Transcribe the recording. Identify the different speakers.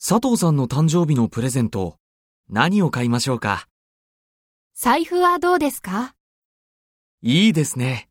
Speaker 1: 佐藤さんの誕生日のプレゼント、何を買いましょうか
Speaker 2: 財布はどうですか
Speaker 1: いいですね。